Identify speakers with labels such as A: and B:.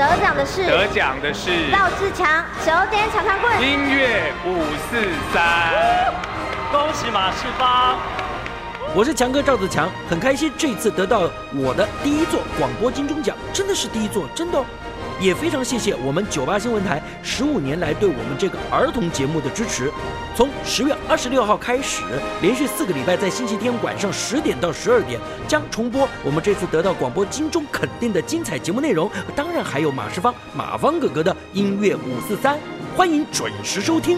A: 的是
B: 得奖的是
A: 赵志强九点长长棍。
B: 音乐五四三，
C: 恭喜马世芳！
D: 我是强哥赵子强，很开心这次得到我的第一座广播金钟奖，真的是第一座，真的、哦，也非常谢谢我们九八新闻台十五年来对我们这个儿童节目的支持。从十月二十六号开始，连续四个礼拜在星期天晚上十点到十二点将重播我们这次得到广播金钟肯定的精彩节目内容，当然还有马世芳、马芳哥哥的音乐五四三，欢迎准时收听。